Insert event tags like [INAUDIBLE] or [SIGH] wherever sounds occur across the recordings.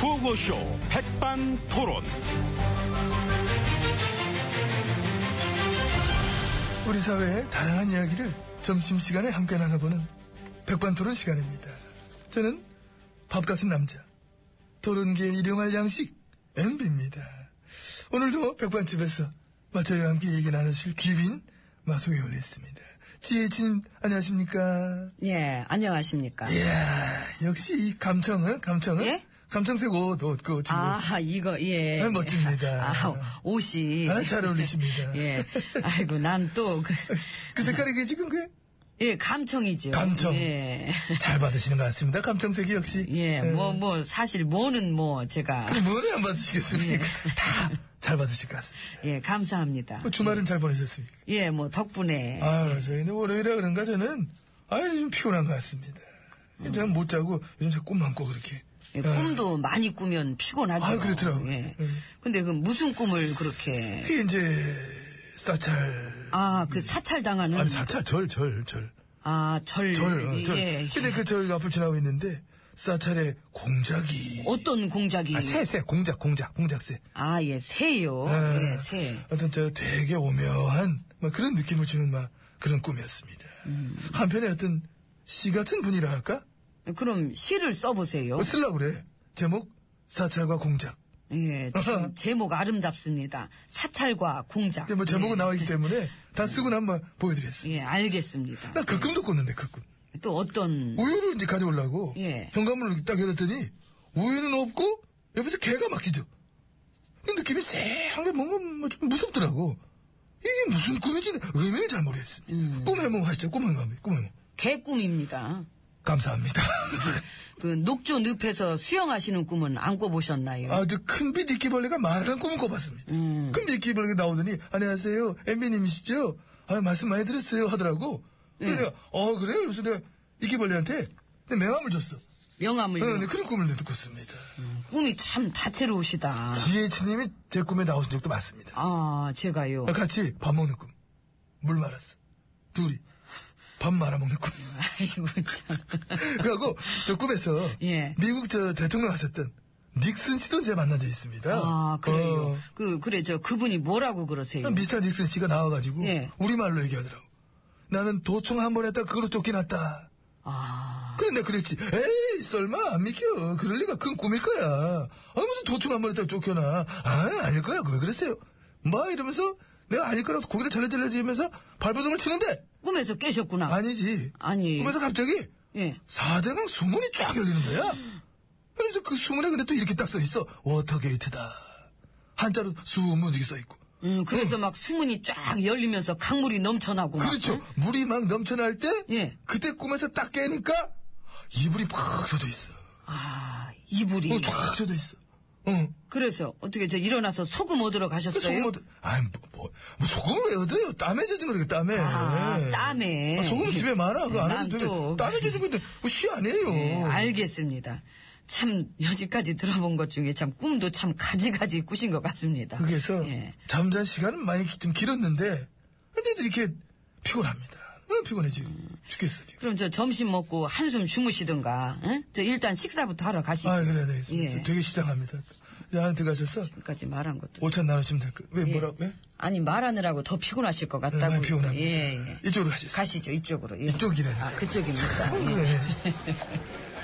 구호쇼 백반토론. 우리 사회의 다양한 이야기를 점심시간에 함께 나눠보는 백반토론 시간입니다. 저는 밥 같은 남자, 토론계의 일용할 양식, MB입니다. 오늘도 백반집에서 마저와 함께 얘기 나누실 귀빈 마속에 올렸습니다. 지혜진, 안녕하십니까? 예, 안녕하십니까. 이야, 역시 이 감청은? 감청은? 예? 감청색 옷, 옷, 그, 지금. 아, 아, 이거, 예. 아, 멋집니다. [LAUGHS] 아, 옷이. 잘 어울리십니다. [LAUGHS] 예. 아이고, 난 또, 그, 그 색깔이 이게 지금 그, 예, 감청이죠. 감청. 예. 잘 받으시는 것 같습니다. 감청색이 역시. 예, 뭐, 뭐, 사실, 뭐는 뭐, 제가. 뭐를 안 받으시겠습니까? 다 잘 받으실 것 같습니다. 예, 감사합니다. 뭐 주말은 잘 보내셨습니까? 예, 뭐, 덕분에. 아유, 저희는 월요일에 그런가 저는, 아유, 좀 피곤한 것 같습니다. 잘 못 자고, 요즘 잘 음. 꿈만 꿔, 그렇게. 예, 꿈도 많이 꾸면 피곤하죠. 아, 그렇더라고요. 예. 음. 근데 그 무슨 꿈을 그렇게. 그게 이제, 사찰. 아, 그 사찰당하는. 음. 아니, 사찰, 절, 절, 절. 아, 절. 절, 어, 절. 예. 근데 그 절 앞을 지나고 있는데, 사찰의 공작이. 어떤 공작이. 아, 새, 새, 공작, 공작, 공작새. 아, 예, 새요. 아, 예, 새. 어떤 저 되게 오묘한 막 그런 느낌을 주는 막 그런 꿈이었습니다. 음. 한편에 어떤 시 같은 분이라 할까? 그럼 시를 써보세요. 어, 쓸라 그래. 제목 사찰과 공작. 예, 참 제목 아름답습니다. 사찰과 공작. 근데 뭐 제목은 나와 있기 때문에 다 쓰고 나면 막 보여드렸습니다. 예, 예, 알겠습니다. 나 그 꿈도 꿨는데 그 꿈. 또 어떤 우유를 이제 가져오려고 예. 현관문을 딱 열었더니 우유는 없고 옆에서 개가 막 짖어. 그 느낌이 쎄한 게 뭔가 뭐좀 무섭더라고. 이게 무슨 꿈인지 의미를 잘 모르겠습니다. 음. 꿈 해몽 하시죠. 꿈 해몽. 꿈 해몽. 개꿈입니다. 감사합니다. [LAUGHS] 그 녹조 늪에서 수영하시는 꿈은 안 꿔보셨나요? 아주 큰 비디끼벌레가 말하는 꿈을 꿔봤습니다. 음. 큰 비디끼벌레가 나오더니 안녕하세요, 엠비님이시죠? 아 말씀 많이 들었어요 하더라고. 네. 그래, 내가, 어 그래? 그래서 내가 이끼벌레한테 내 명함을 줬어. 음. 어, 명함을 네, 그런 꿈을 내도 꿨습니다. 꿈이 참 다채로우시다. 지혜치님이 제 꿈에 나오신 적도 많습니다. 아, 제가요. 아, 같이 밥 먹는 꿈, 물 말았어. 둘이 밥 말아 먹는 [LAUGHS] 꿈. 아이고 참. 그리고 저 꿈에서 예. 미국 저 대통령 하셨던 닉슨 씨도 제가 만난 적 있습니다. 아, 그래요. 어. 음. 그 그래 저 그분이 뭐라고 그러세요? 미스터 닉슨 씨가 나와가지고 예. 우리말로 얘기하더라고. 나는 도청 한 번 했다 그걸로 쫓겨났다. 아, 그래 내가 그랬지. 에이 설마 안 믿겨. 그럴 리가 그건 꿈일 거야. 아 무슨 도청 한 번 했다 고 쫓겨나. 아 아닐 거야. 왜 그랬어요? 막 이러면서 내가 아닐 거라서 고개를 절레절레지면서 발버둥을 치는데 꿈에서 깨셨구나. 아니지. 아니. 그러면서 갑자기 예. 사대강 수문이 쫙 열리는 거야. 그래서 그 수문에 근데 또 이렇게 딱 써 있어. 워터게이트다. 한자로 수문 이렇게 써 있고. 음, 그래서 막 수문이 쫙 열리면서 강물이 넘쳐나고 막. 그렇죠. 물이 막 넘쳐날 때, 어? 예. 그때 꿈에서 딱 깨니까 이불이 팍 젖어 있어. 아, 이불이. 어, 팍 젖어 있어. 응. 그래서 어떻게 저 일어나서 소금 얻으러 그 가셨어요? 소금 얻어. 아니 뭐, 뭐, 뭐 소금을 왜 얻어요? 땀에 젖은 거니까 땀에. 아, 땀에. 예, 아, 소금 집에 많아. 그거 안 난 해도 되면 또- 땀에 젖은 건데 뭐시 아니에요. 네, 알겠습니다. 참 여지까지 들어본 것 중에 참 꿈도 참 가지가지 꾸신 것 같습니다. 그래서 예. 잠잔 시간은 많이 기- 좀 길었는데, 근데도 이렇게 피곤합니다. 어, 피곤해 지금 죽겠어 지금. 그럼 저 점심 먹고 한숨 주무시든가. 응? 저 일단 식사부터 하러 가시죠. 아 그래 네. 예. 되게 시장합니다. 이제 안에 들어가셔서 지금까지 말한 것도 5천 나눠주면 될 거. 왜 예. 뭐라 왜? 아니 말하느라고 더 피곤하실 것 네, 같다고. 많이 피곤합니다. 예, 예. 이쪽으로 가시죠. 가시죠 이쪽으로. 예. 이쪽이라니까. 아, 그쪽입니까? 네. [LAUGHS]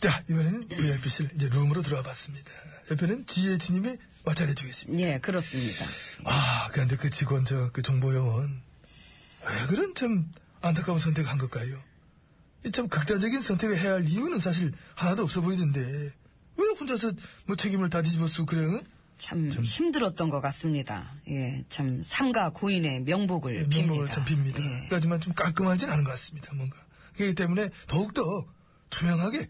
자, 이번에는 VIP실 이제 룸으로 들어와 봤습니다. 옆에는 지혜진님이 마찰해 주겠습니다. 예, 그렇습니다. 아, 그런데 그 직원, 저, 그 정보요원. 왜 그런 참 안타까운 선택을 한 걸까요? 이참 극단적인 선택을 해야 할 이유는 사실 하나도 없어 보이던데. 왜 혼자서 뭐 책임을 다 뒤집어 쓰고 그래, 응? 음. 참, 힘들었던 것 같습니다. 예, 참 삼가 고인의 명복을 예, 빕니다. 면목을 참 빕니다. 예. 하지만 좀 깔끔하진 않은 것 같습니다, 뭔가. 그렇기 때문에 더욱더 투명하게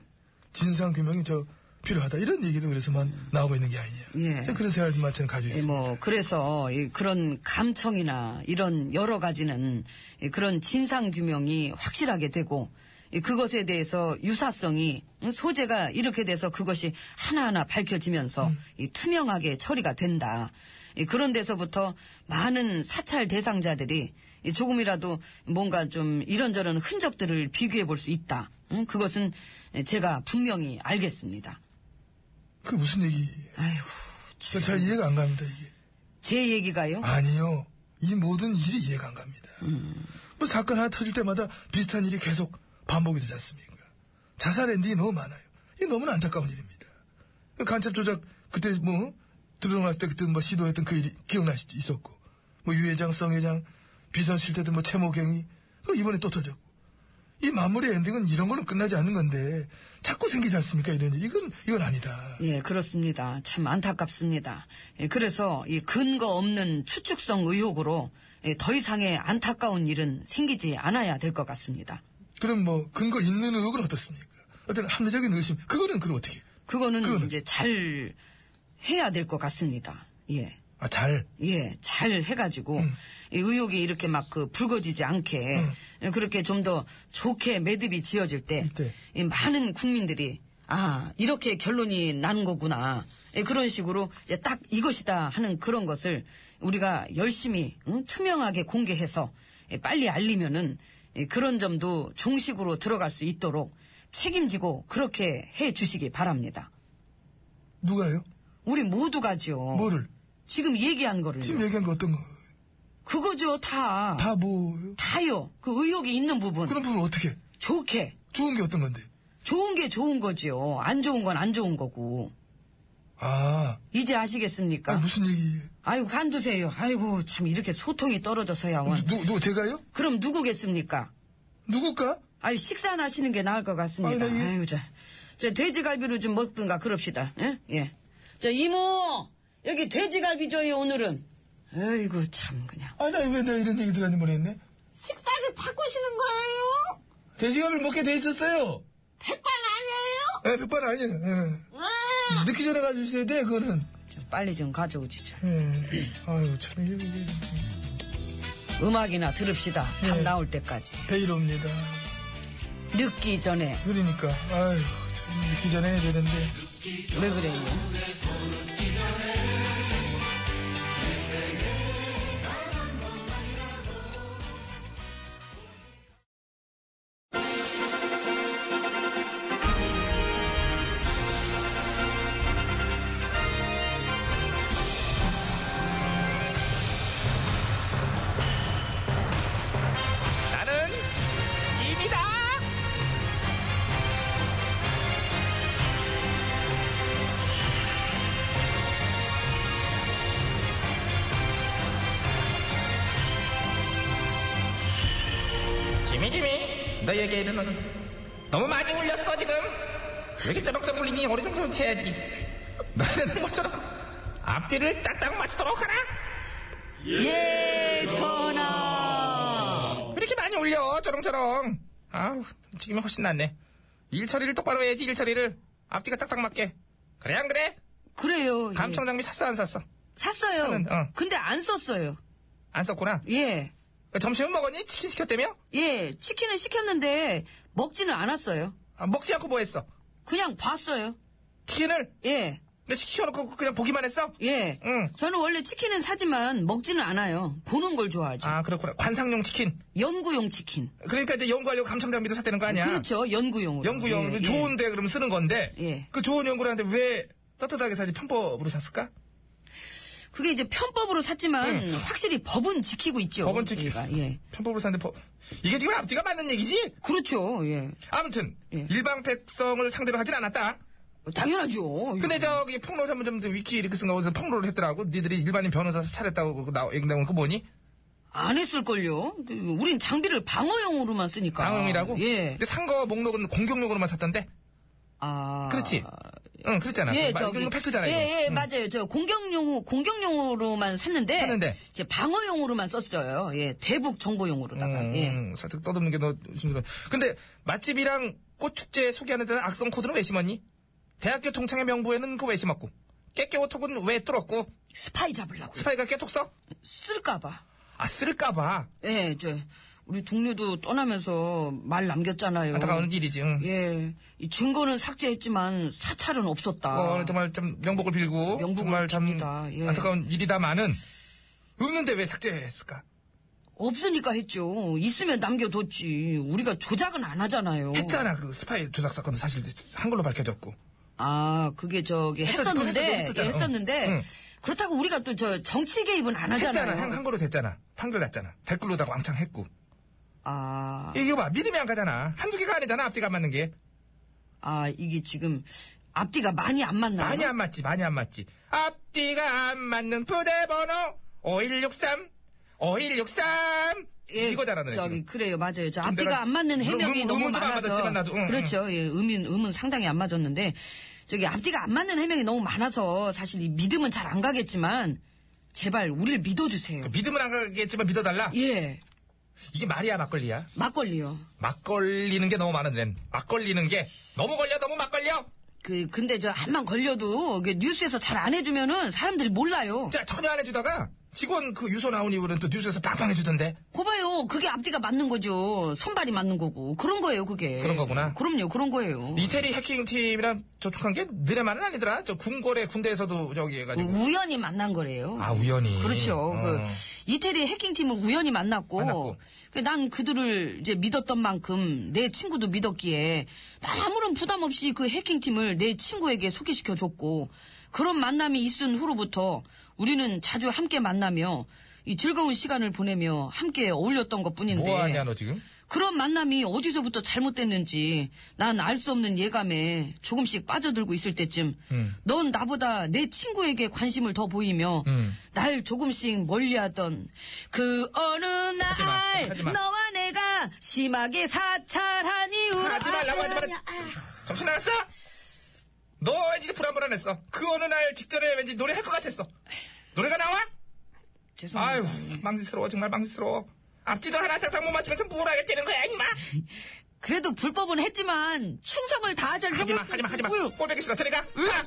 진상규명이 저 필요하다. 이런 얘기도 그래서만 나오고 있는 게 아니냐. 예. 저는 그런 생각만 저는 가지고 예, 있습니다. 뭐 그래서 이 그런 감청이나 이런 여러 가지는 이 그런 진상 규명이 확실하게 되고 이 그것에 대해서 유사성이 음, 소재가 이렇게 돼서 그것이 하나하나 밝혀지면서 이 투명하게 처리가 된다. 이 그런 데서부터 많은 사찰 대상자들이 이 조금이라도 뭔가 좀 이런저런 흔적들을 비교해 볼 수 있다. 응? 그것은 제가 분명히 알겠습니다. 그게 무슨 얘기? 아이고, 저 잘 이해가 안 갑니다, 이게. 제 얘기가요? 아니요. 이 모든 일이 이해가 안 갑니다. 뭐 사건 하나 터질 때마다 비슷한 일이 계속 반복이 되지 않습니까? 자살 엔딩이 너무 많아요. 이게 너무나 안타까운 일입니다. 그 간첩 조작, 그때 뭐, 들어갔을 때 그때 뭐 시도했던 그 일이 기억나시, 있었고. 뭐 유회장, 성회장, 비선 실때도뭐 채모경이. 그 이번에 또 터졌고. 이 마무리 엔딩은 이런 걸로 끝나지 않는 건데, 자꾸 생기지 않습니까? 이런 일. 이건, 이건 아니다. 예, 그렇습니다. 참 안타깝습니다. 예, 그래서 이 근거 없는 추측성 의혹으로 예, 더 이상의 안타까운 일은 생기지 않아야 될 것 같습니다. 그럼 뭐 근거 있는 의혹은 어떻습니까? 어떤 합리적인 의심 그거는 그럼 어떻게? 해요? 그거는 그거는- 이제 잘 해야 될 것 같습니다. 예. 아 잘. 예, 잘 해가지고, 음. 이 의혹이 이렇게 막 그 불거지지 않게, 그렇게 좀 더 좋게 매듭이 지어질 때, 음. 때. 이 많은 국민들이, 아, 이렇게 결론이 나는 거구나. 예, 그런 식으로 이제 딱 이것이다 하는 그런 것을 우리가 열심히, 응? 투명하게 공개해서 예, 빨리 알리면은 예, 그런 점도 종식으로 들어갈 수 있도록 책임지고 그렇게 해 주시기 바랍니다. 누가요? 우리 모두가지요. 뭐를? 지금 얘기한 거를. 지금 얘기한 거 어떤 거? 그거죠, 다. 다 뭐요? 다요. 그 의혹이 있는 부분. 그런 부분 어떻게? 해? 좋게. 좋은 게 어떤 건데? 좋은 게 좋은 거지요. 안 좋은 건 안 좋은 거고. 아, 이제 아시겠습니까? 아니, 무슨 얘기? 아이고, 간두세요. 아이고, 참, 이렇게 소통이 떨어져서야. 원. 누, 누 제가요? 그럼 누구겠습니까? 누굴까? 아유, 식사나 하시는 게 나을 것 같습니다. 아, 나 이- 아이고, 저, 저 돼지갈비로 좀 먹든가 그럽시다. 예? 예. 저, 이모! 여기 돼지갈비 줘요, 오늘은. 아이고, 참, 그냥. 아니 나왜 내가 이런 얘기 들었는지 모르겠네. 식사를 바꾸시는 거예요? 돼지감을 먹게 돼 있었어요. 백반 아니에요? 에 백반 아니에요. 예. 아, 늦기 전에 가주셔야 돼 그거는. 좀 빨리 좀 가져오지, 좀. 예. 아유 참 이게 이게 음악이나 들읍시다. 답 예. 나올 때까지. 베일옵니다. 늦기 전에. 그러니까 아유 참 늦기 전에 해야 되는데. 왜 그래요? 나는 짐이다. 지미 지미 너에게 이르노니 너무 많이 울렸어 지금 왜 이렇게 짜박짜박 울리니 어느 정도는 돼야지 너는 것처럼 앞뒤를 딱딱 맞추도록 하라 예, 전하. 왜 이렇게 많이 울려 저렁저렁 아우 지금이 훨씬 낫네 일 처리를 똑바로 해야지 일 처리를 앞뒤가 딱딱 맞게 그래 안 그래? 그래요. 예. 감청 장비 샀어 안 샀어? 샀어요. 하는, 어. 근데 안 썼어요. 안 썼구나 예. 그 점심은 먹었니? 치킨 시켰다며? 예, 치킨은 시켰는데 먹지는 않았어요. 아, 먹지 않고 뭐 했어? 그냥 봤어요. 치킨을? 예. 근데 시켜놓고 그냥 보기만 했어? 예. 응. 저는 원래 치킨은 사지만 먹지는 않아요. 보는 걸 좋아하죠. 아 그렇구나 관상용 치킨 연구용 치킨. 그러니까 이제 연구하려고 감청 장비도 샀다는 거 아니야? 그렇죠. 연구용으로. 연구용 예, 예. 좋은데 그럼 쓰는 건데 예. 그 좋은 연구를 하는데 왜 떳떳하게 사지 편법으로 샀을까? 그게 이제 편법으로 샀지만 확실히 법은 지키고 있죠. 법은 지키- 우리가. 예. 편법으로 샀는데 법- 이게 지금 앞뒤가 맞는 얘기지? 그렇죠. 예. 아무튼 예. 일방 백성을 상대로 하진 않았다. 당연하죠. 근데 저기 폭로 전문점 위키 이렇게 쓴 거에서 폭로를 했더라고. 니들이 일반인 변호사 차렸다고 그 나 얘기 나온 거 뭐니? 안 했을걸요? 그, 우린 장비를 방어용으로만 쓰니까. 방음이라고? 예. 근데 산 거 목록은 공격용으로만 샀던데. 아. 그렇지? 응, 그랬잖아. 예, 마- 저기. 이거 팩트잖아. 예, 이거. 예, 응. 맞아요. 저 공격용, 공격용으로만 샀는데. 샀는데. 이제 방어용으로만 썼어요. 예, 대북 정보용으로다가. 예. 음, 살짝 떠듬는 게 너 힘들어. 근데 맛집이랑 꽃축제 소개하는 데는 악성 코드는 왜 심었니? 대학교 동창회 명부에는 그왜 심었고? 깨깨오 톡은 왜 뚫었고? 스파이 잡으려고. 스파이가 깨톡 써? 쓸까봐. 아, 쓸까봐. 예, 저, 우리 동료도 떠나면서 말 남겼잖아요. 안타까운 일이지. 응. 음. 예. 이 증거는 삭제했지만 사찰은 없었다. 그거는 정말 참 명복을 빌고. 명복을 정말 참 빕니다. 예. 안타까운 일이다마는 없는데 왜 삭제했을까? 없으니까 했죠. 있으면 남겨뒀지. 우리가 조작은 안 하잖아요. 했잖아 그 스파이 조작 사건도 사실 한글로 밝혀졌고 아, 그게 저기 했었- 했었는데, 했었- 했었잖아. 예, 했었는데, 응. 그렇다고 우리가 또 저 정치 개입은 안 했잖아 하잖아요. 한, 한글로 됐잖아 한글 났잖아 댓글로다가 왕창 했고 아, 이거 봐 믿음이 안 가잖아 한두 개가 아니잖아 앞뒤가 안 맞는 게 아, 이게 지금 앞뒤가 많이 안 맞나요? 많이 안 맞지 많이 안 맞지 앞뒤가 안 맞는 부대번호 5163 5163 예, 이거잖아 너네 저기 지금 그래요, 맞아요. 저 앞뒤가 내가 안 맞는 물론 해명이 의문- 너무 의문 좀안 많아서. 맞았지만 나도, 응, 그렇죠, 예, 음인 음은 상당히 안 맞았는데 저기 앞뒤가 안 맞는 해명이 너무 많아서 사실 이 믿음은 잘 안 가겠지만 제발 우리를 믿어주세요. 그 믿음은 안 가겠지만 믿어달라 예, 이게 말이야 막걸리야 막걸리요. 막 걸리는 게 너무 많은 렌. 막 걸리는 게 너무 걸려 너무 막 걸려. 그 근데 저 한만 걸려도 이게 뉴스에서 잘 안 해주면은 사람들이 몰라요. 자 전혀 안 해주다가 직원 그 유소 나온 이후로는 또 뉴스에서 빵빵 해주던데. 고봐요, 그게 앞뒤가 맞는 거죠. 선발이 맞는 거고 그런 거예요, 그게. 그런 거구나. 그럼요, 그런 거예요. 이태리 해킹 팀이랑 접촉한 게 느네 말은 아니더라. 저 궁궐에 군대에서도 저기 해가지고. 우연히 만난 거래요. 아 우연히. 음. 그렇죠. 어. 그 이태리 해킹팀을 우연히 만났고, 만났고. 그, 난 그들을 이제 믿었던 만큼 내 친구도 믿었기에 난 아무런 부담 없이 그 해킹팀을 내 친구에게 소개시켜 줬고 그런 만남이 있은 후로부터 우리는 자주 함께 만나며 이 즐거운 시간을 보내며 함께 어울렸던 것 뿐인데 뭐하냐 너 지금? 그런 만남이 어디서부터 잘못됐는지 난 알 수 없는 예감에 조금씩 빠져들고 있을 때쯤 음. 넌 나보다 내 친구에게 관심을 더 보이며 음. 날 조금씩 멀리하던 그 어느 날 하지 마. 너와 내가 심하게 사찰한 이후로 하지 말라고 하지 말라. 정신 나갔어? 너 왠지 불안불안했어. 그 어느 날 직전에 왠지 노래 할 것 같았어. 노래가 나와? 죄송합니다. 아유 망신스러워 정말 망신스러워. 앞뒤도 하나 딱딱 못 맞추면서 무얼하게 되는 거야 임마. 그래도 불법은 했지만 충성을 다하자는 하지마 하지마 하지마. 꼴보기 싫어 저리 가. 가.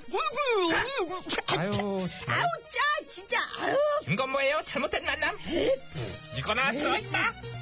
아유 아우 짜 진짜 아우 이건 뭐예요? 잘못된 만남? 이거나 들어있다.